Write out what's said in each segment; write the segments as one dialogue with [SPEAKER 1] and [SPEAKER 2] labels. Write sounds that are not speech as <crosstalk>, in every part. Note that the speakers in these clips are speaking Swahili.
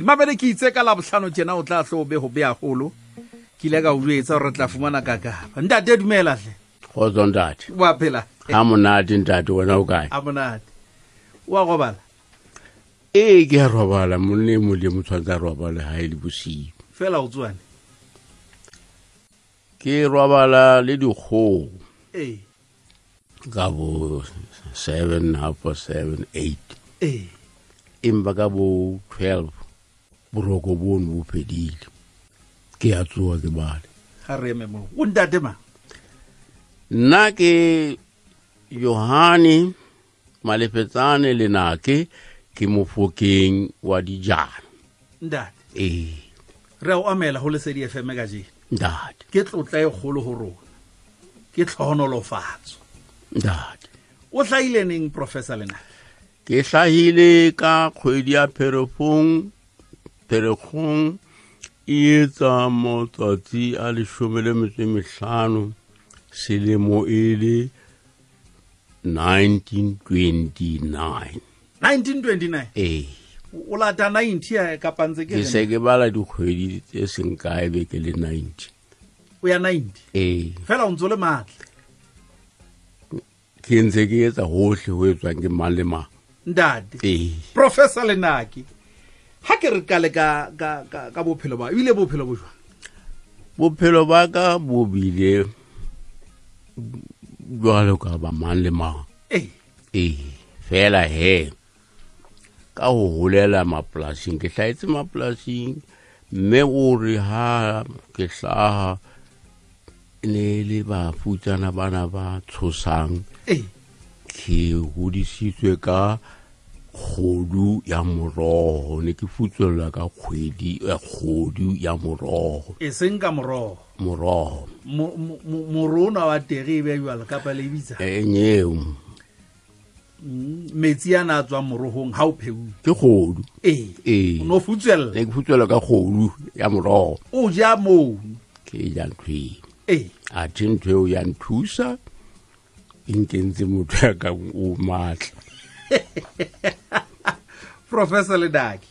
[SPEAKER 1] mabele ke itse ka labotlhano tjena o tla tle o be go beagolo ke ile ka o duetsa gore re tla fumana kakapa ntate dumelatlhe
[SPEAKER 2] kgotso ntate
[SPEAKER 1] o a phela
[SPEAKER 2] ga monate ntate wena o kae
[SPEAKER 1] a monate o a gobala
[SPEAKER 2] ee ke a robala monna e mole mo tshwanetse a robale ga e le bosio
[SPEAKER 1] fela o tswane
[SPEAKER 2] ke robala le dikgoo
[SPEAKER 1] ee
[SPEAKER 2] ka bo seven half past seven eight
[SPEAKER 1] ee
[SPEAKER 2] empa ka bo twelve boroko bono bo phedile ke a tsoa ke bale
[SPEAKER 1] ga re eme moo o ntate mang
[SPEAKER 2] nna ke johane malefetsane lenake ke mofokeng wa dijana
[SPEAKER 1] ntate
[SPEAKER 2] ee
[SPEAKER 1] re a o amela go lesedi fm ka jeno
[SPEAKER 2] ntate
[SPEAKER 1] ke tlotla e kgolo go rona ke tlhonolofatso
[SPEAKER 2] ntate
[SPEAKER 1] o tlhaile neng professor lena
[SPEAKER 2] ke hlahile ka kgwedi ya pherekgong pherekgong e etsa matsatsi a leshome le metso e mehlano selemo e le 1929
[SPEAKER 1] 1929
[SPEAKER 2] ee
[SPEAKER 1] o lata 90 ya kapa ntse ke
[SPEAKER 2] ke
[SPEAKER 1] le-
[SPEAKER 2] se ke bala dikgwedi tse seng kae beke le 90
[SPEAKER 1] o ya 90
[SPEAKER 2] ee
[SPEAKER 1] fela o ntse o le maatla
[SPEAKER 2] ke ntse ke etsa hohle ho etswang ke mang le mang
[SPEAKER 1] ntate
[SPEAKER 2] ee
[SPEAKER 1] professor lenaki ha ke re kale ka ka ka ka bophelo ba ile bophelo bo jwang
[SPEAKER 2] bophelo ba ka bo bile jwalo ka ba mang le mang
[SPEAKER 1] ee
[SPEAKER 2] ee fela he ka ho holela mapolasing ke hlahetse mapolasing mme o re ha ke hlaha e ne le bafutsana bana ba tshosang
[SPEAKER 1] ee
[SPEAKER 2] ke hodisitswe ka kgodu ya moroho ne ke futswellwa ka kgwedi eh, kgodu ya moroho
[SPEAKER 1] e seng ka morogo
[SPEAKER 2] moroho
[SPEAKER 1] Mo- mo- mo- morona wa tege e be jalo kapa le bitsa
[SPEAKER 2] e nyeo
[SPEAKER 1] Mm, metsi a na a tswang morogong ha o pheuwe
[SPEAKER 2] ke kgodu
[SPEAKER 1] ee
[SPEAKER 2] ee
[SPEAKER 1] o ne o futswelela
[SPEAKER 2] ne ke futswellwa ka kgodu ya moroho
[SPEAKER 1] o ja mounu
[SPEAKER 2] ke ja ntho
[SPEAKER 1] ee
[SPEAKER 2] athe ntho eo ya nthusa e nkentse motho ya ka o matla
[SPEAKER 1] professor lenaki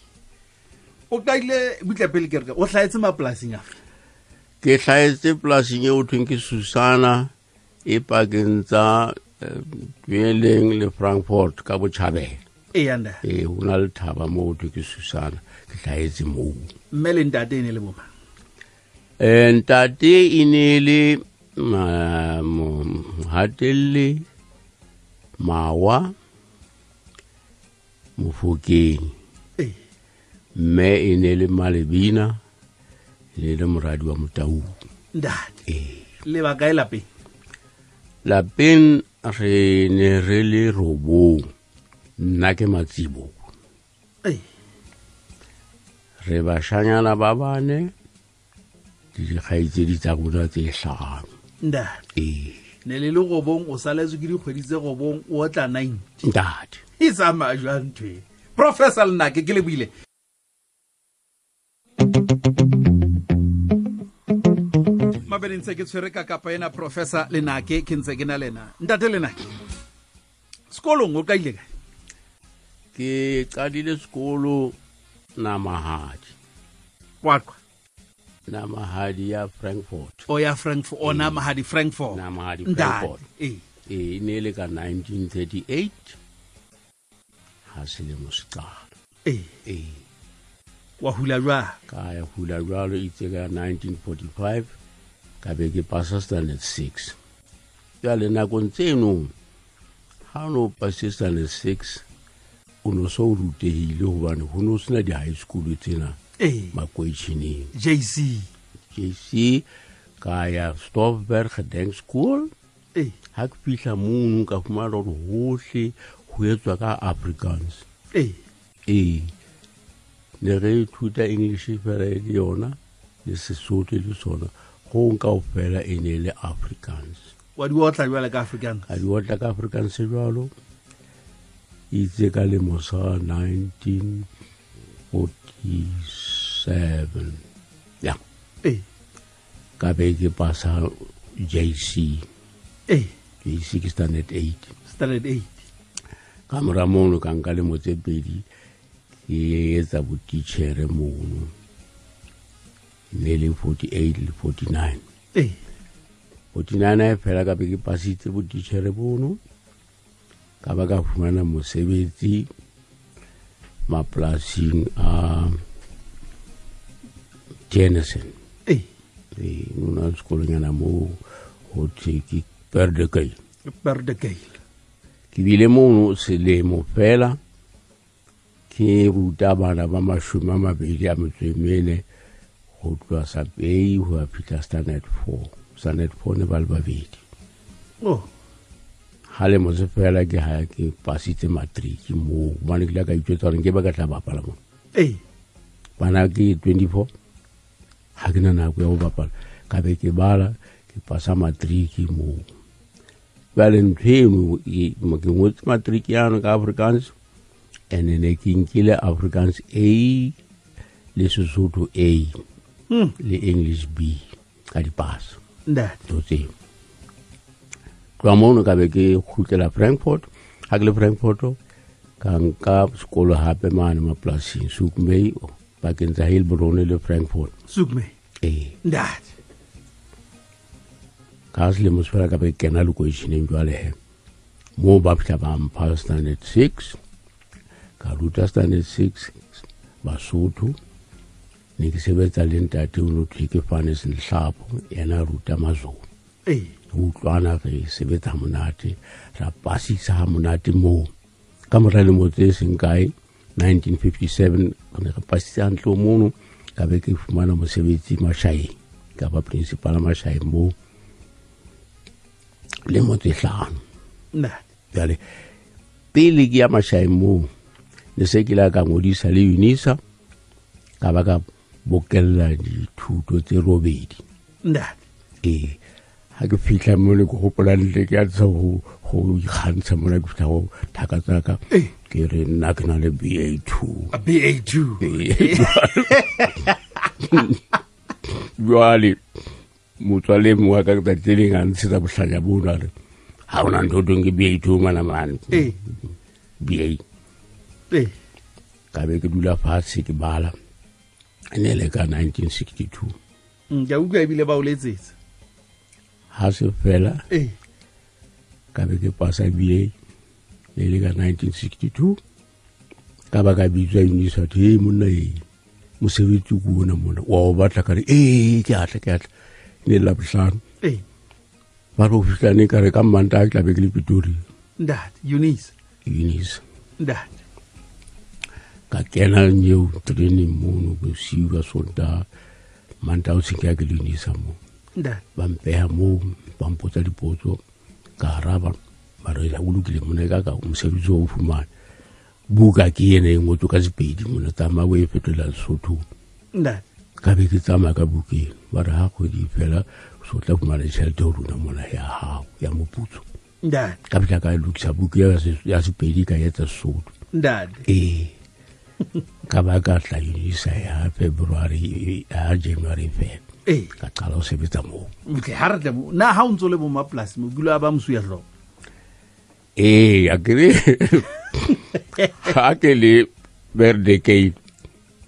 [SPEAKER 1] o kaile butlepele ke reka o tlhaetse mapolasing afe
[SPEAKER 2] ke hlahetse polasing eo thweng ke susana e pakeng tsa dueleng eh, le frankfort ka Eh, botšhabela
[SPEAKER 1] ee anda
[SPEAKER 2] ee go na le thaba moo thwe ke susana ke hlahetse moo
[SPEAKER 1] mme le ntate e ne le bomang
[SPEAKER 2] um ntate e ne le ma- mo- hatelle mawa mofokeng
[SPEAKER 1] ee
[SPEAKER 2] mme e ne le malebina e le le moradi wa motaung
[SPEAKER 1] ntate
[SPEAKER 2] ee
[SPEAKER 1] lebaka e lapeng
[SPEAKER 2] lapeng re ne re le robong nna ke matsibo
[SPEAKER 1] ee
[SPEAKER 2] re bashanyana ba bane le dikgaitsedi tsa rona tse hlano
[SPEAKER 1] ntate
[SPEAKER 2] ee
[SPEAKER 1] ne le le gobong o saletswe ke dikgwedi tse gobong o tla 9
[SPEAKER 2] ntate
[SPEAKER 1] e tsamaya jwang ntho e professor lenake ke le buile mabedi ntse ke tshwere ka kapa ena professor lenake ke ntse ke na lena ntate lenake sekolong o kaile kae
[SPEAKER 2] ke qadile sekolo namahadi
[SPEAKER 1] kwaqwa
[SPEAKER 2] namahadi ya frankfort
[SPEAKER 1] o ya frankfort ona mahadi frankfort
[SPEAKER 2] namahadi
[SPEAKER 1] ntate
[SPEAKER 2] frankfort
[SPEAKER 1] ee
[SPEAKER 2] ee e ne e le ka 1938 ha selemo se qala
[SPEAKER 1] ee
[SPEAKER 2] ee
[SPEAKER 1] wa hula jwang
[SPEAKER 2] ka ya hula jwalo itse ka 1945 ka be ke pasa standard 6 jale nakong tseno ha o no pase standard 6 o no so o rutehile hobane ho no sena di-high school tsena
[SPEAKER 1] ee
[SPEAKER 2] makweisheneng
[SPEAKER 1] jc
[SPEAKER 2] jc ka ya stofberg dank school
[SPEAKER 1] ee
[SPEAKER 2] ha ke fihla mono ka fumana hore hohle ho etswa ka africans
[SPEAKER 1] ee
[SPEAKER 2] ee ne re ithuta english fela e le yona le sesotho e le sona go nka o fela e ne e le africans
[SPEAKER 1] wa di otla jwale ka african
[SPEAKER 2] a di otla ka africans jalo itse ka lemo sa 1947 ya
[SPEAKER 1] ee
[SPEAKER 2] ka be ke pasa jc
[SPEAKER 1] ee
[SPEAKER 2] jc ke standard eight
[SPEAKER 1] standard eight
[SPEAKER 2] ka mora mono ka nka lemo tse pedi ke etsa botitšhere mono ne le 48 le 49
[SPEAKER 1] ee
[SPEAKER 2] 49 a e fela ka be ke pasitse botitšhere bono ka ba ka fumana mosebetsi mapolasing a jennison
[SPEAKER 1] ee
[SPEAKER 2] ee nona sekolonyana moo go thwe ke perdekei
[SPEAKER 1] berdekale
[SPEAKER 2] ke bile mono selemo fela ke ruta bana ba mashome a mabedi a e metswemene go tloa sapei go ya fitlha standard four standard four ne ba le babedi
[SPEAKER 1] o
[SPEAKER 2] ga lemo se fela ke ga ke pasitse matriki moo bane ke la ka itswetsa goreng ke ba ka tla bapala mono
[SPEAKER 1] ee
[SPEAKER 2] bana ke 24 ga ke na nako ya go bapala ka be ke bala ke pasa matriki moo jale ntho eno e- mo- ke ngotse matriki yano ka africans and ne ke nkile africans a le sesotho a
[SPEAKER 1] Hmm.
[SPEAKER 2] le english b ka dipasa
[SPEAKER 1] ntate
[SPEAKER 2] ntho tseo tloa mono ka be ke gutlela frankfort ga ke le frankfort ka nka sekolo gape mane mapolasing sukmay bakeng tsa hillbrone le frankfort
[SPEAKER 1] sukume
[SPEAKER 2] ee
[SPEAKER 1] ntate
[SPEAKER 2] ka selemo se fela ka be ke kena lekwešieneng jwalege moo ba fitlha ba mpha standard six ka ruta standard six basotho ne ke sebetsa le ntate o no thwe ke fane senhlapo yena a ruta mazulu
[SPEAKER 1] ee
[SPEAKER 2] re utlwana re sebetsa ha monate ra pasisa ha monate moo ka mora lemo tse seng kae 1957 re ne re pasisa ntlo mono ka be ke fumana mosebetsi mashaeng ka ba principal mashaeng moo lemo tse hlano
[SPEAKER 1] ntate
[SPEAKER 2] jale pele ke ya mashaeng moo ne se ke la ka ngodisa le unisa ka ba ka bokella dithuto tse robedi
[SPEAKER 1] ntate
[SPEAKER 2] ee ga ke fitlha mo le ke gopolantle ke a tsa go go ikgantsha mola ke fitlha go thaka tsaka
[SPEAKER 1] Ee.
[SPEAKER 2] ke re nna ke na le b a two
[SPEAKER 1] a ba two
[SPEAKER 2] jale motswaleng wa ka tatseleng a ntshetsa botlhanya bono a re ga o na ntho tong ke b a two manamane
[SPEAKER 1] ee
[SPEAKER 2] b a
[SPEAKER 1] ee
[SPEAKER 2] ka be ke dula fatshe ke bala e ne le ka nineteen sixty two
[SPEAKER 1] Mm, ke a utlwa ebile ba o letsetsa
[SPEAKER 2] ga se fela
[SPEAKER 1] ee
[SPEAKER 2] ka be ke pasa ba le le ka 1962 ka ba ka bitswa unisa te e monna e mosebetsi ko ona mona wa o batla kare ee ke atla ke atla e ne labohlano
[SPEAKER 1] ee
[SPEAKER 2] ba re o fitlane kare ka mmanta a ke tlabe ke le pitori
[SPEAKER 1] ntate eunice
[SPEAKER 2] unisa
[SPEAKER 1] ntate
[SPEAKER 2] ka kena nyeo training mono bosiu ka sonta manta o senke ya ke le unisa moo
[SPEAKER 1] ntate
[SPEAKER 2] ba mpeha moo ba mpotsa dipotso ka araba ba re o lokile mona ka ka mosebetsi wa o fumane buka ke ena e ngotso ka sepedi mona tsamaya o e fetola lesothong
[SPEAKER 1] ntate
[SPEAKER 2] ka be ke tsamaya ka bukeng ba re ha kgwedi e fela o so tla fumana tšhelete ho rona mona ya hao ya moputso
[SPEAKER 1] ntate
[SPEAKER 2] ka fitla ka lokisa buke ya se- ya sepedi ka etsa sesotho
[SPEAKER 1] ntate
[SPEAKER 2] ee ka ba ka tla unisa ya february ya january fela
[SPEAKER 1] ee
[SPEAKER 2] ka qala ho sebetsa moo
[SPEAKER 1] butle ha re tle mo- na ha o ntso le bo mapolasi mo kile a ba mosuya tlhogo
[SPEAKER 2] ee akere ga ke le verde cape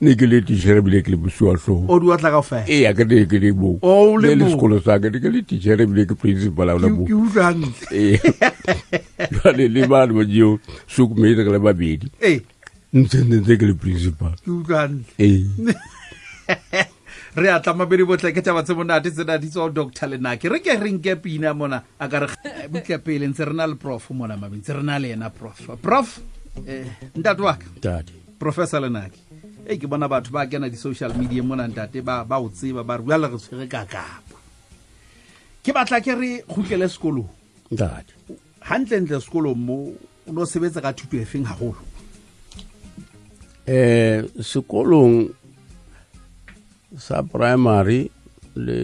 [SPEAKER 2] ne ke le tichere bile ke le bosiwatlhogo
[SPEAKER 1] o di wa tla ka fela
[SPEAKER 2] ee akere ne ke le boo
[SPEAKER 1] Oh, o le
[SPEAKER 2] Ne le
[SPEAKER 1] moo.
[SPEAKER 2] sekolo sake ne ke le tichere bile ke principal a ona boo
[SPEAKER 1] ke utlwa hantle
[SPEAKER 2] <laughs> Ee. jale le bane bajeo sokometse ke le babedi
[SPEAKER 1] ee
[SPEAKER 2] ntsentse ntse ke le principal
[SPEAKER 1] ke utlwa hantle
[SPEAKER 2] ee
[SPEAKER 1] re a tlamabedi botlhe ke taba tse monate tsena di tswa ho doctor lenake re ke re nke pina mona a ka re eh, butle pele ntse re na le prof mona mabeng ntse re na le yena prof prof eh, ntate wa ka
[SPEAKER 2] tate
[SPEAKER 1] professor lenake e ke bona batho ba kena di-social media mona ntate ba ba o tseba ba re jale re tshwere ka kapa ke batla ke re gutlele sekolong
[SPEAKER 2] tate
[SPEAKER 1] hantlentle sekolong mo o no sebetsa ka thuto efeng haholo
[SPEAKER 2] eh sekolong sa primary le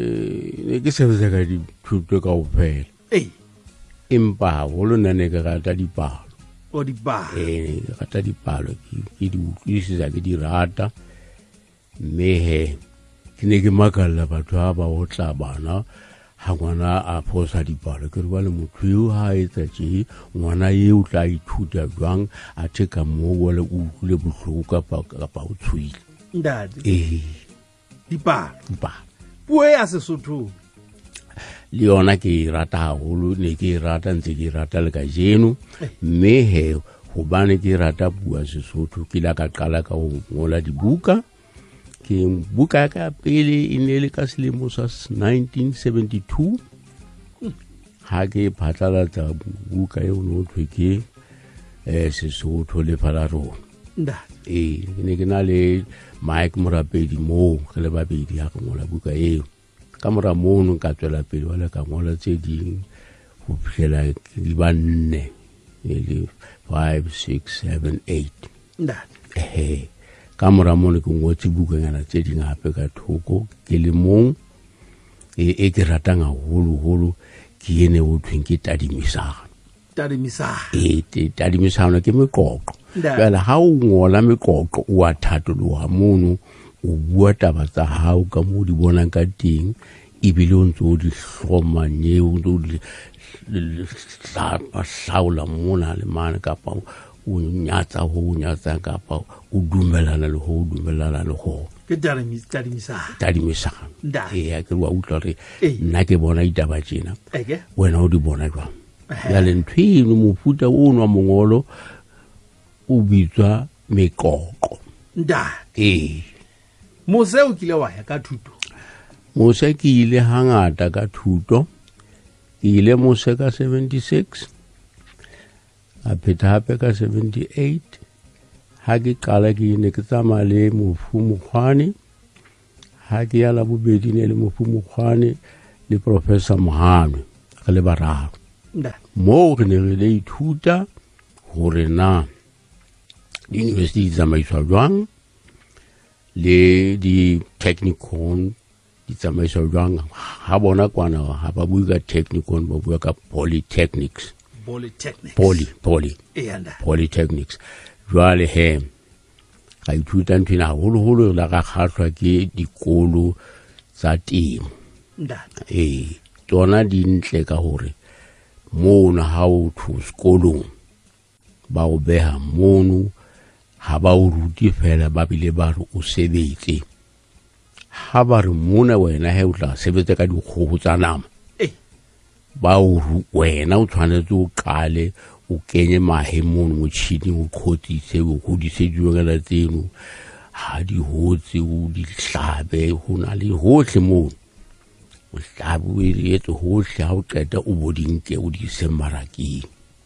[SPEAKER 2] ne ke sebetsa ka dithuto ka ofela
[SPEAKER 1] ee
[SPEAKER 2] empa haholo nna ne ke rata dipalo
[SPEAKER 1] o dibaa
[SPEAKER 2] ee ne ke rata dipalo ke- ke di utlwisisa ke di rata mme he ke ne ke makalla batho ha ba otla bana ha ngwana a phosa dipalo ke re bale motho eo ha a etsa tje ngwana eo tla ithuta jwang a the ka moo wale o utlwile bohloko kapa kapa o Eh, tshoile
[SPEAKER 1] ntate
[SPEAKER 2] ee
[SPEAKER 1] dipalo
[SPEAKER 2] dipalo
[SPEAKER 1] puo e ya sesothong
[SPEAKER 2] le yona ke e rata haholo ne ke e rata ntse ke e rata le ka jeno mme he hobane ke e rata bua sesotho ke la ka qala ka ho ngola dibuka ke buka ya ka ya pele e ne le ka selemo sa s- 1972 ha ke phatlalatsa buka eo no thwe ke eh, sesotho lefa la rona
[SPEAKER 1] ntate
[SPEAKER 2] ee ke ne ke na le mike morapedi moo re le babedi ha ka ngola buka eo ka mora mono ka tswela pele wale ka ngola tse ding ho fitlhela ke di ba nne e le five six seven eight
[SPEAKER 1] ntate
[SPEAKER 2] ehe ka mora mono ke ngotse bukanyana tse ding hape ka thoko ke le mong e e ke ratang haholoholo ke ene ho thweng ke tadimisano
[SPEAKER 1] tadimisana
[SPEAKER 2] e te- tadimisano ke meqoqo
[SPEAKER 1] Nda.
[SPEAKER 2] jale ha o ngola meqoqo o a thatoloha mono o bua taba tsa hao ka moo di bonang ka teng ebile o ntse o di hlomanye o ntse o di l- l- hla- hlaola mona le mane kapa o o nyatsa ho o nyatsang kapa o dumellana le ho o dumellana le ho
[SPEAKER 1] ke tadimi- tadimisana
[SPEAKER 2] tadimisano
[SPEAKER 1] Nda.
[SPEAKER 2] ee a ke wa utlwa re
[SPEAKER 1] Ee.
[SPEAKER 2] nna ke bona ditaba tjena
[SPEAKER 1] eke
[SPEAKER 2] wena o di bona jwang jale ntho eno mofuta ono wa mongolo o bitswa meqoqo
[SPEAKER 1] ntate
[SPEAKER 2] ee
[SPEAKER 1] mose o kile wa ya ka thuto
[SPEAKER 2] mose ke ile hangata ka thuto ke ile mose ka 76 a pheta hape ka 78 ha ke qala ke ne ke tsamaya le mofu mokgwane ha ke ya la bobedi ne le mofu mokgwane le professor mohanwe re le bararo
[SPEAKER 1] ntate
[SPEAKER 2] moo re ne re le ithuta hore na di-university di tsamaiswa jwang le di-technicon di tsamaiswa jwang ha bona kwana ha ba bue ka technicon ba bua ka polytechnics
[SPEAKER 1] polytechnics
[SPEAKER 2] poly poly
[SPEAKER 1] eya ntate
[SPEAKER 2] polytechnics jwale he ka ithuta nthwena haholoholo re la ka kgahlwa ke dikolo tsa temo
[SPEAKER 1] ntate
[SPEAKER 2] ee tsona di ntle ka hore mono ha o tho sekolong ba o beha mono ha ba o rute fela ba bile ba re o sebetse ha ba re mona wena he o tla sebetsa ka dikgoho tsa nama
[SPEAKER 1] e
[SPEAKER 2] ba o ru- wena o tshwanetse o qale o kenye mahe mono motjhining o qhotsise o hodise diongela tseno ha di hotse o di hlabe ho na le hohle mono o hlabe o di etse hohle ha o qeta o bo di nke o di ise mmarakeng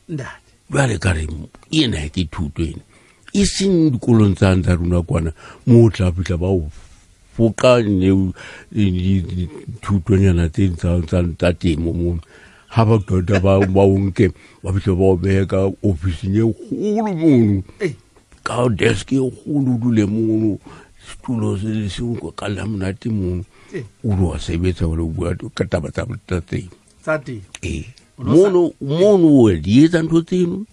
[SPEAKER 1] ntate
[SPEAKER 2] jwale ka re ena ha ke thuto ena e seng dikolong tsane tsa rona kwana moo o tla fitlha ba o foka ne- e- di- di- thutonyana tse tsa- tsa- tsa temo mono ha ba qeta ba ba o nke ba fitlha ba o behe ka officing e kgolo mono
[SPEAKER 1] e
[SPEAKER 2] ka desk e kgolo o dule mono setulo se le senko ka lamonate mono
[SPEAKER 1] Eh.
[SPEAKER 2] o le wa sebetsa ole o bua ka taba tsa tsa temo
[SPEAKER 1] tsa teng
[SPEAKER 2] ee
[SPEAKER 1] O lo sa-
[SPEAKER 2] mono mono o di etsa ntho tseno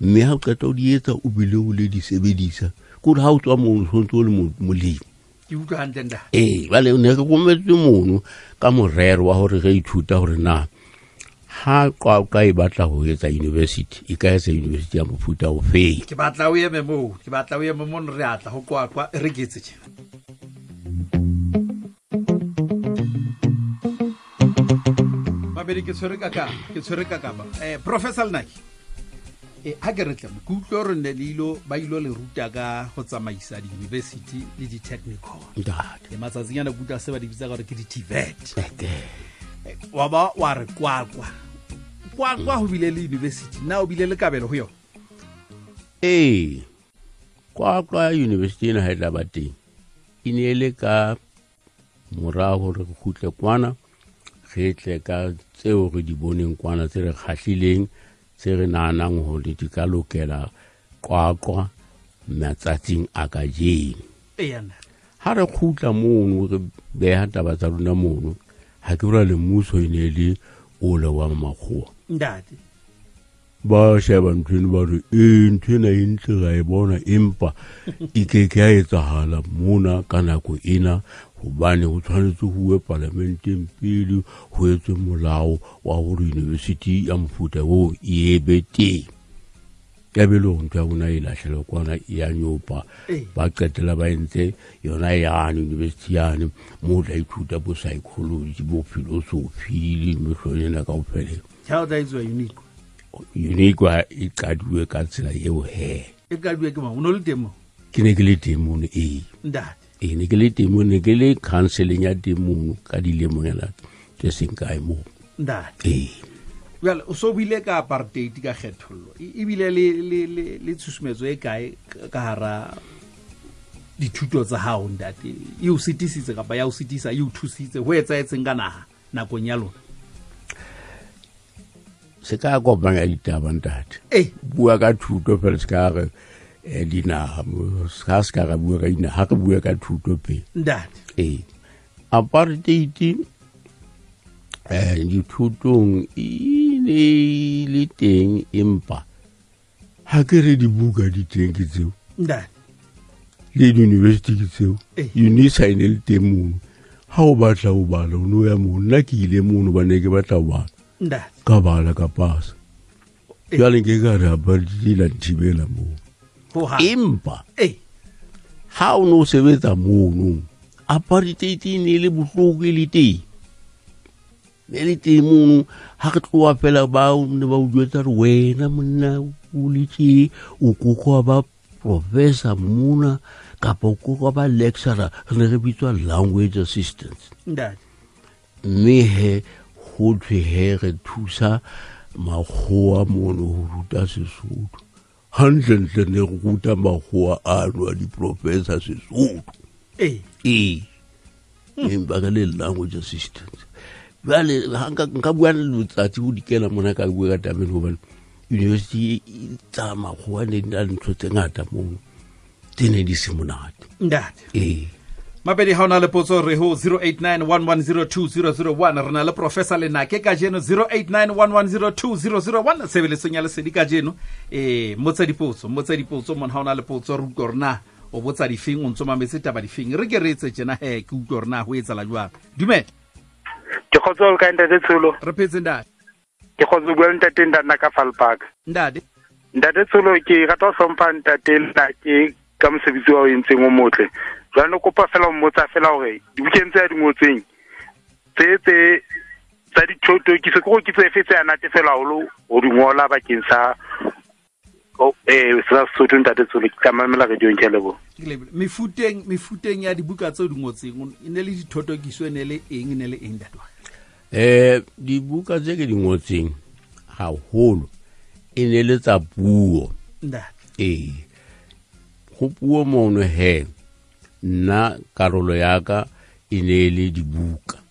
[SPEAKER 2] mme ha o qeta o di etsa o bile o le di sebedisa kore ha o tswa mono tshwanetse o le mo- molemi
[SPEAKER 1] ke utlwa hantle ntate
[SPEAKER 2] ee jale ne ke kometswe mono ka morero wa gore re ithuta gore na ha qa- o ka e batla ho etsa university e ka etsa university ya mofuta o feng
[SPEAKER 1] ke batla o eme moo ke batla o eme mono re atla go kwakwa re ketse tjena babedi ke tshwere ka kapa ke tshwere ka kapa um professor lenaki e ha ke re tlemo ke utlwe gore ne le ilo ba ilo le ruta ka go tsamaisa di-university le di-technical
[SPEAKER 2] ntate
[SPEAKER 1] le matsatsing a nakuta se ba di bitsa ka gore ke di-tvet
[SPEAKER 2] eke
[SPEAKER 1] wa ba wa re kwakwa kwakwa go bile le university na o bile le kabelo go yona
[SPEAKER 2] ee kwakwa ya university ena ha e tla ba teng e ne e le ka morao gore re khutle kwana re tle ka tseo re di boneng kwana tse re kgatlhileng tse re naanang gore di ka lokela kwakwa matsatsing a ka jeng
[SPEAKER 1] eana
[SPEAKER 2] ha re khutla mono re beha taba tsa rona mono ha ke bora le mmuso e ne le ole wa makgowa
[SPEAKER 1] ntate
[SPEAKER 2] ba sheba nthweno ba re e nthwena e ntle ra e bona empa e ke ke a etsahala mona ka nako ena gobane go tshwanetse go ue palamenteng pele go etswe molao wa gore university ya mofuta oo e ebe teng ya be le go ntho ya bona e latlhele kwana e ya nyopa
[SPEAKER 1] Ee.
[SPEAKER 2] ba qetela ba entse yona yane university yane mo o tla ithuta bo psychology bo philosophy le metlhonena ka go feleng
[SPEAKER 1] ha o tla etsiwa unique
[SPEAKER 2] uniqua e qadiwe ka tsela eo he
[SPEAKER 1] e kadiwe ke mang o ne o le teng mo
[SPEAKER 2] ke ne ke le teng mono ee
[SPEAKER 1] ntate
[SPEAKER 2] ee ne ke le teng mono ne ke le counseleng ya teng mono ka dilemonyana tse seng kae moo E,
[SPEAKER 1] ntate
[SPEAKER 2] ee
[SPEAKER 1] jale o so buile ka apartheid ka kgethollo E- ebile le- le- le le tshusumetso e kae ka ka hara dithuto tsa hao ntate e o sitisitse kapa ya o sitisa e o thusitse ho etsaetseng ka naga nakong ya lona
[SPEAKER 2] se ka kopanya ditabantate
[SPEAKER 1] ee
[SPEAKER 2] bua ka thuto fela se ka re eh, dinaga mo- se ka se ka ra bua ka dinaga ha re bua ka thuto pele
[SPEAKER 1] ntate
[SPEAKER 2] ee apartheid um dithutong e ne e le teng empa ha ke re dibuka di teng ke tseo
[SPEAKER 1] ntate
[SPEAKER 2] le diyunibesithi ke tseo
[SPEAKER 1] Eh.
[SPEAKER 2] unisa e ne le teng mono ha o batla o bala o ne o ya mono nna ke ile mono ba ne ke batla ho bala
[SPEAKER 1] ntate
[SPEAKER 2] ka bala ka pasa
[SPEAKER 1] Eh.
[SPEAKER 2] jale ke ka re apartheid la nthibela moo
[SPEAKER 1] ho
[SPEAKER 2] E-
[SPEAKER 1] ha
[SPEAKER 2] empa
[SPEAKER 1] ee
[SPEAKER 2] ha o ne o sebetsa mono apartheid e ne le bohloko e le teng ne le teng mono ha re tloa fela ba ne ba o jwetsa re wena monna o letse o kokwa ba professor mona kapa o kokwa ba lecturer re ne re bitswa language assistance
[SPEAKER 1] ntate
[SPEAKER 2] mme he go thwe he re thusa makgowa mono go ruta sesotho gantlentle ne go ruta makgowa ano a diprofessor sesotho
[SPEAKER 1] ee
[SPEAKER 2] ee empa ka le language assistance jale ha nka nka bua letsatsi go dikela mona ka bua ka tabeng gobane university e- e tsa makgowa ne di na le ntho tse ngata mono tse ne di se monate
[SPEAKER 1] ntate
[SPEAKER 2] ee
[SPEAKER 1] mabedi ha o na le potso re ho 0891102001 re na le professor lenake ka jeno 0891102001 sebeletsong ya lesedi ka jeno um mmotsa dipotso mmotsa dipotso mone ha o na le potso re utlwa hore na o botsa difeng o ntsomametse taba difeng re ke re etse tjena he ke utlwa hore na ho etsala jwang dumela
[SPEAKER 3] ke kgotsa le ka ntate tsholo
[SPEAKER 1] re phetse ntate
[SPEAKER 3] ke kgotsa bua le ntate nna ka falpark
[SPEAKER 1] ntate
[SPEAKER 3] ntate tsholo ke rata go hlompha ntate nna ke ka mosebetsi wa o entseng o motle jwane kopa fela ho mmotsa fela gore dibukeng tse a di ngotseng tse tse tsa dithoto ke se ke go kitse efe tse a natefela golo go di ngola bakeng sa o- eh, sa sesotho ntate tsholo ke tsamamela radiong ke a leboha
[SPEAKER 1] Ke lebile. mefuteng mefuteng ya dibuka tse o di ngotseng o- e ne le dithotokiso e ne le eng e ne le eng ntate
[SPEAKER 2] eh dibuka tse ke di ngotseng haholo e ne le tsa puo
[SPEAKER 1] ntate
[SPEAKER 2] ee go puo mono he nna karolo yaka e ne e le dibuka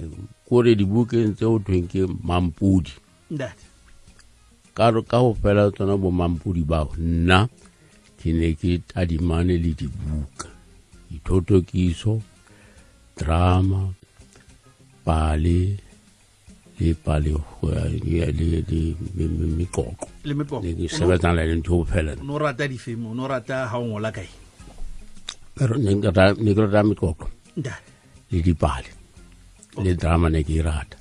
[SPEAKER 2] Eh, kore dibukeng tse go thweng ke mampudi
[SPEAKER 1] ntate
[SPEAKER 2] ka ro- ka go fela tsona bo mampudi bao nna ke ne ke tadimane le dibuka dithotokiso drama pale le pale ho ya- le- le le- me- me- meqoqo
[SPEAKER 1] le meqoqo
[SPEAKER 2] ne ke
[SPEAKER 1] O no-
[SPEAKER 2] sebetsana le ntho fela
[SPEAKER 1] o no rata difeng o no rata ha o ngola kae
[SPEAKER 2] Pero ne nka ra- ne ke rata meqoqo
[SPEAKER 1] ntate
[SPEAKER 2] le dipale le drama ne ke e rata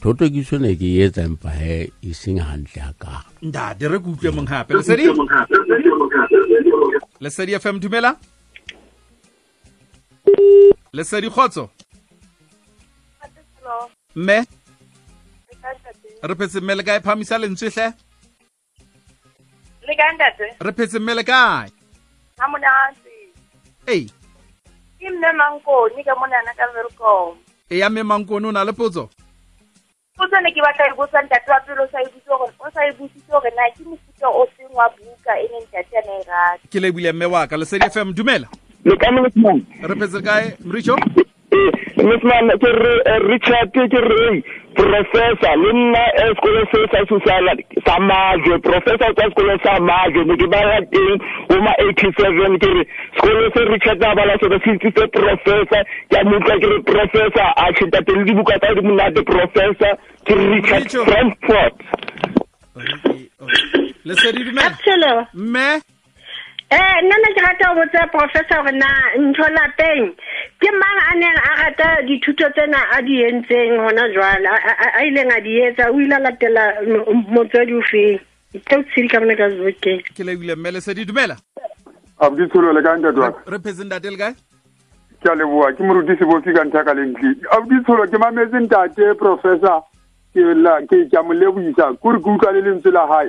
[SPEAKER 2] thotokiso ne ke e etsa empa he e seng hantle hakalo
[SPEAKER 1] ntate re ke utlwe mong hape lesedi lesedi fm dumela lesedi kgotso
[SPEAKER 4] Hello,
[SPEAKER 1] mme
[SPEAKER 4] le kae ntate?
[SPEAKER 1] re phetse mme le kae phamisa lentswe hle
[SPEAKER 4] Le kae ntate?
[SPEAKER 1] re phetse mme le kae
[SPEAKER 4] Ha monate.
[SPEAKER 1] ei
[SPEAKER 4] Ke mme Mankoni ka monana ka Welkom.
[SPEAKER 1] e ya mme mankone o na le potso
[SPEAKER 4] Potso ne ke batla e botsa ntate wa pele o sa e butse gore o sa e butsitse gore na ke mofuta o seng wa buka e neng ntate a ne e rata.
[SPEAKER 1] ke lebile mme wa ka lesedi fm dumela
[SPEAKER 5] Mekanik man.
[SPEAKER 1] re phetse le kae mricho
[SPEAKER 5] E, Mekanik man ke re- eh, Richard ke re professor le nna eh, sekolong se sa sesala sa majwe professor kwa sekolong sa majwe ne ke bala teng ho ma e, 87 ke re sekolong se Richard a bala sona se itsitse professor ke a mo utlwa ke re professor a tjhentata le dibuka tsa ho di monate professor ke Richard
[SPEAKER 1] Bitjo.
[SPEAKER 5] Frankfurt
[SPEAKER 1] lesedi dumela
[SPEAKER 6] Absolema.
[SPEAKER 1] mme
[SPEAKER 6] Eh nna ne ke rata ho botsa professor hore na ntho lapeng ke mang a neng a rata dithuto tsena a di entseng hona jwale a- Ah, a a- a ileng a eh, di etsa o ile a latela mo- motswadi o feng teo tshedi ka mone ka zokeng
[SPEAKER 1] ke lebile mme lesedi dumela
[SPEAKER 3] abdi tsholo le ka ntate wa ka.
[SPEAKER 1] re presentate le kae
[SPEAKER 3] ke a leboa ke morutisi bofi ka ntlha ka lentli abdi tsholo ke mametse ntate professor ke la ke ke a mo leboisa kore ke utlwa le lentswe la hae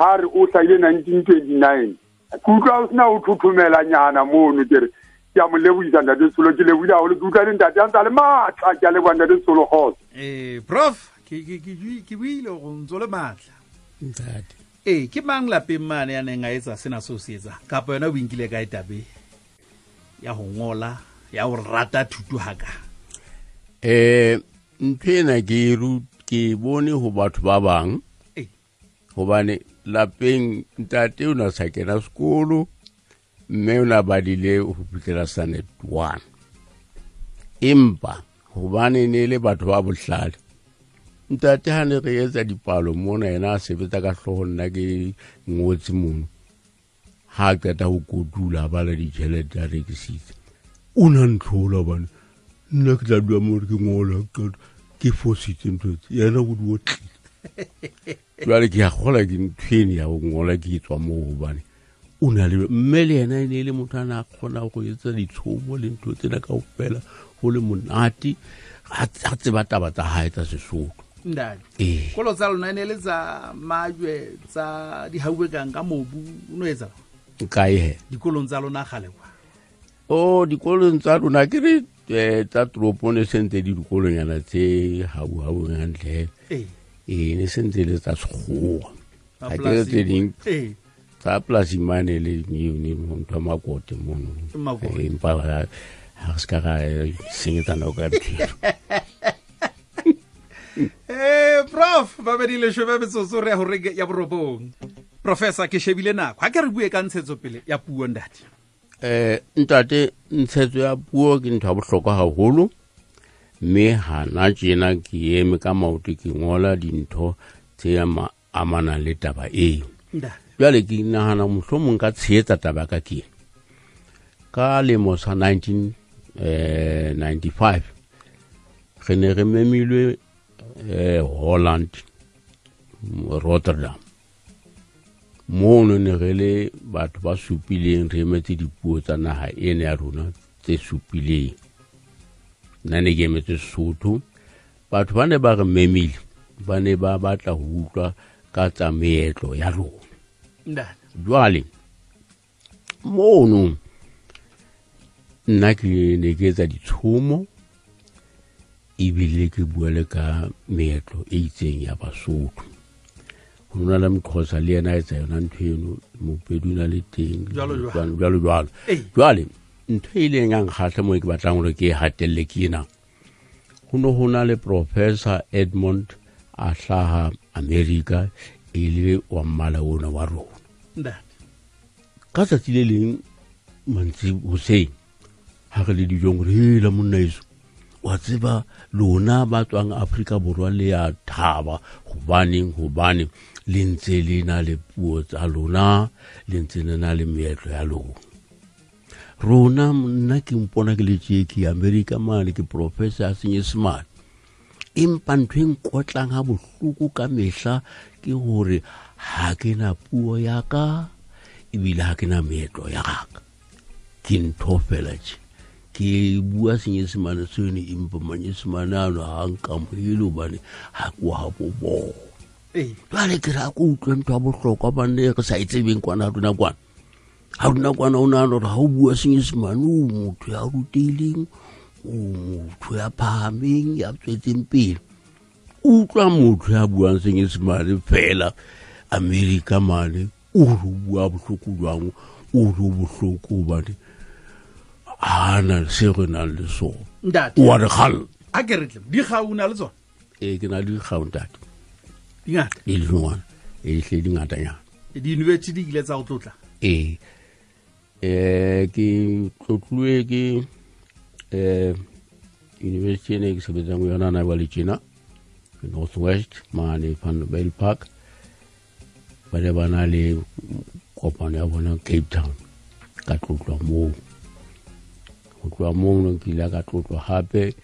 [SPEAKER 3] ha re o hlahile 1929 ke utlwa o sena o thuthumelanyana mono ke re ke a mo leboisa ntate tsholo ke leboile haholo ke utlwa le ntate a ntsa le matla ke a leboa ntate tsholo kgotsa
[SPEAKER 1] eh prof ke ke- ke bui- ke buile go ntse le matla
[SPEAKER 2] ntate
[SPEAKER 1] ee ke mang lapeng mane ya neng a etsa sena seo se etsang kapa yona o inkile kae tabe ya ho ngola ya ho rata thuto haka
[SPEAKER 2] eh ntho ena ke e ru- ke e bone ho batho ba bang
[SPEAKER 1] Eh.
[SPEAKER 2] hobane lapeng ntate o ne a sa kena sekolo mme o ne a badile ho fihlela sanet one empa hobane ne le batho ba bohlale ntate ha ne re etsa dipalo mona yena a sebetsa ka hlooho nna ke ngotse mono ha a qeta ho kotula a bala ditjhelete a rekisitse o na ntlhola hobane nna ke tla dula more ke ngola ha ke qeta ke fositse ntho tse yena o di otlile <laughs> jwale ke a gola ke ntho eno ya ho ngola ke e tswa moo hobane o na le mme le yena e ne e le motho a ne a kgona go etsa ditshomo le ntho tsena ka ofela go le monate a a tseba taba tsa gae tsa sesotho
[SPEAKER 1] ndale
[SPEAKER 2] ee
[SPEAKER 1] kolo tsa lona e ne le tsa majwe tsa dihaue kang ka mobu o no etsa
[SPEAKER 2] kae he
[SPEAKER 1] dikolong tsa lona gale kwa
[SPEAKER 2] o dikolong tsa rona ke re eh, tsa toropong ne sentse di dikolonyana tse gaugaung gantlhele
[SPEAKER 1] ee
[SPEAKER 2] ee ne sentse le tsa sekgowa ga ke re
[SPEAKER 1] mapolasing.
[SPEAKER 2] tse dingwe
[SPEAKER 1] ee
[SPEAKER 2] tsa polasi mane le yone motho a makote mono
[SPEAKER 1] Ke makote.
[SPEAKER 2] Eh, empa ha- ha re se ka ra eh, senyetsana o ka <laughs> ditiro
[SPEAKER 1] Eh, prof ba be di leshome metsotso re ya hore ke- ya borobong professor ke shebile nako ha ke re bue ka ntshetsopele ya puo ndate
[SPEAKER 2] um ntate ntshetso ya puo ke ntho ya bohlokwa haholo mme hana tjena ke eme ka maoto ke ngola dintho tse ama- amanang le taba eo
[SPEAKER 1] ndale
[SPEAKER 2] jwale ke nagana mohlomong ka tsheetsa taba ka keng ka lemo sa 1995 re ne re memilwe eh, holland m- rotterdam mono ne re le batho ba supileng re emetse dipuo tsa naga ena ya rona tse supileng nna ne ke emetse sesotho batho ba ne ba re memile ba ne ba batla go utlwa ka tsa meetlo ya rona
[SPEAKER 1] ndale
[SPEAKER 2] jwale mono nna ke ne ke etsa ditshomo ebile ke bua le ka meetlo e itseng ya basotho ho na le moxhosa le yena a etsa yona ntho eno mopedi o na le teng
[SPEAKER 1] Jwalo, jwalo.
[SPEAKER 2] jwalo jwalo
[SPEAKER 1] Ee.
[SPEAKER 2] jwale ntho e ileng yang kgatlhe mo e ke batlang gore ke e hatelle ke ena ho no ho na le professor edmond a hlaha america e le wa mmala ona wa rona
[SPEAKER 1] ndale
[SPEAKER 2] ka tsatsi le leng mantsi hoseng ha re le dijong re hela monna eso wa tseba lona ba tswang afrika borwa le ya thaba hobaneng hobane le ntse le na le puo tsa lona le ntse le na le meetlo ya lona rona nna ke mpona ke le tjee ke america mane ke professor a senyesemane empa ntho e nkotlang ha bohloko ka mehla ke hore ha ke na puo ya ka ebile ha ke na meetlo ya ka ke ntho fela tje ke bua senyesemane seno empa manyesemane ano ha nkamoele hobane ha ke wa bo bona
[SPEAKER 1] ee
[SPEAKER 2] jwale ke ra ko utlwe ntho ya bohlokwa banne re sa e tsebeng kwana ha rona kwana ha rona kwana o nahana gore ha o bua senyesemane o motho ya ruteileng o motho ya phahameng ya tswetseng pele O utlwa motho ya buang senyesemane fela america mane o re o bua bohloko jwang o re o bohloko hobane hana se re nang le sona
[SPEAKER 1] ndate
[SPEAKER 2] oa re kgalla
[SPEAKER 1] a ke retle di gauna le tsona
[SPEAKER 2] ee ke na le dikgaontate
[SPEAKER 1] dingata
[SPEAKER 2] e lengwana e hle dingatanyana
[SPEAKER 1] di-university di ile tsa go tlotla
[SPEAKER 2] ee eh E, ke tlotlwe ke eh university ene ke sebetsang ho yona na ba le tjena northwest mane vanderbel park ba ne ba na le kopano ya bona cape town ka tlotlwa moo go tloa moo no ke ile ka tlotlwa gape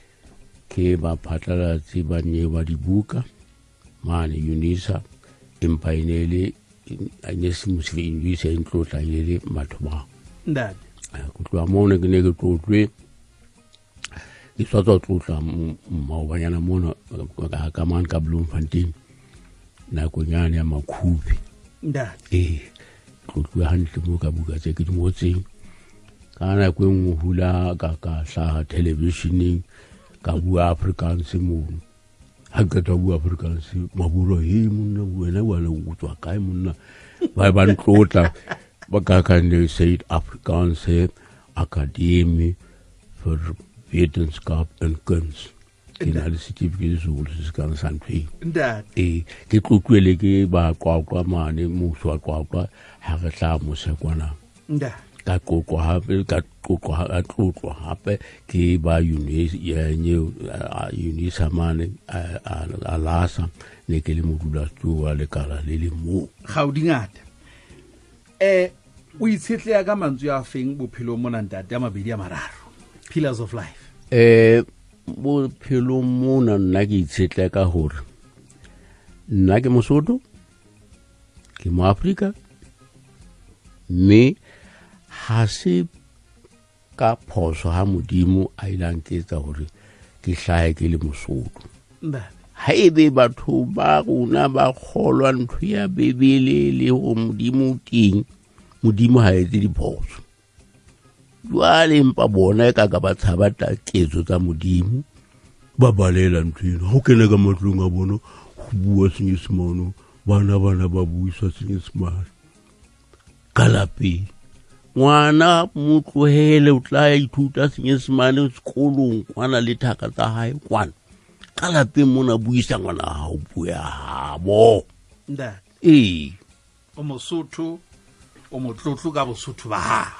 [SPEAKER 2] ke baphatlalatsi ba ne ba dibuka mane unisa empa e ne e le e ne semosebe unisa e ntlotla e le mathomao
[SPEAKER 1] ntate
[SPEAKER 2] go tloa moo ne ke ne ke tlotlwe ke swatswa go tlotla m- mmaobanyana mona ka- ka- ka mane ka bloemfontein nakong yane ya makhubi
[SPEAKER 1] ntate
[SPEAKER 2] ee tlotliwe gantle mo ka buka tse ke di ngotseng ka nako e nngwe hula ka ka hlaha televišeneng ka bua afrikaans mono ga ke qeta ho bua afrikaans maburo he monna wena wena o tswa kae monna ba ba ntlotla ba ka ka ne said afrikaans academy for wetenskap en kunst ke na le certificate segolo se se kang sa ntlheng
[SPEAKER 1] ntate
[SPEAKER 2] ee ke tlotlwele ke ba qwaqwa mane moso wa qwaqwa ha re tla mosekwana
[SPEAKER 1] ntate
[SPEAKER 2] ka qoqwa hape ka qoqwa ha- ka tlotlwa hape ke ba unisa mane a- a- a lasa ne ke le modulasetio wa lekala le le moo
[SPEAKER 1] ga o dingata eh o itshetleya ka mantswe a feng bophelo mona ntate a mabedi a mararo pillars of life
[SPEAKER 2] um bophelong mona nna ke itshetle ka hore nna ke mosotho ke mo Afrika, mme ha se ka phoso ha modimo a ile a nketsa hore ke hlahe ke le mosotho
[SPEAKER 1] ntate
[SPEAKER 2] ha ebe batho ba rona ba kgolwa ntho ya bebele le ho modimo o teng modimo ha etse diphoso jwale empa bona e ka ka ba tshaba ta ketso tsa modimo ba balela ntho eno ha o kena ka matlong a bona ho bua senyesemane bana bana ba buisa senyesemane ka lapeng ngwana mo tlohele o tla ithuta senyesemane sekolong kwana le thaka tsa hae kwana ka lapeng mona buisa ngwana wa hao puo ya habo
[SPEAKER 1] ntate
[SPEAKER 2] ee
[SPEAKER 1] o mosotho o motlotlo ka bosotho ba gago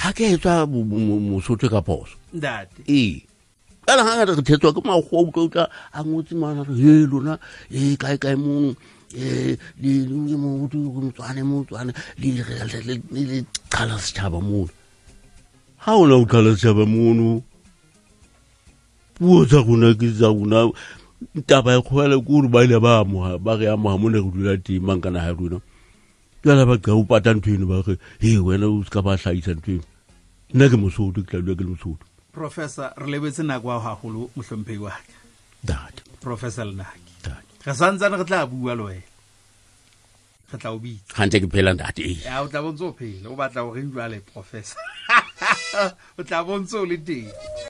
[SPEAKER 2] ha ke etswa bo- bo- mo- mosotho ka phoso
[SPEAKER 1] ntate
[SPEAKER 2] ee kana E, hangata re thetswa ke makgoa utlwautla a ngotse mana re e lona e kae kae mono um motswane motswane le le- le- le- le qhala setšhaba mono ha ona o qhala setšhaba mono puo tsa rona ke tsa rona taba e kgogela ke gore ba ile ba amoga ba re amoga mo ne re dula teng mankana ga rona jala ba ka o pata ntho eno ba re he wena o se ka ba tlhagisa ntho eno nna ke mosotho ke tla dula ke le mosotho
[SPEAKER 1] professor re lebetse nako ya gagolo motlhomphei wa ka
[SPEAKER 2] date
[SPEAKER 1] professor lenaki
[SPEAKER 2] date
[SPEAKER 1] re santsane re tla bua le wena re tla o bitsa
[SPEAKER 2] ga ntse ke phela date e
[SPEAKER 1] ya o tla <laughs> bontse o phele o batla gore jwale professor o tla bontse o le teng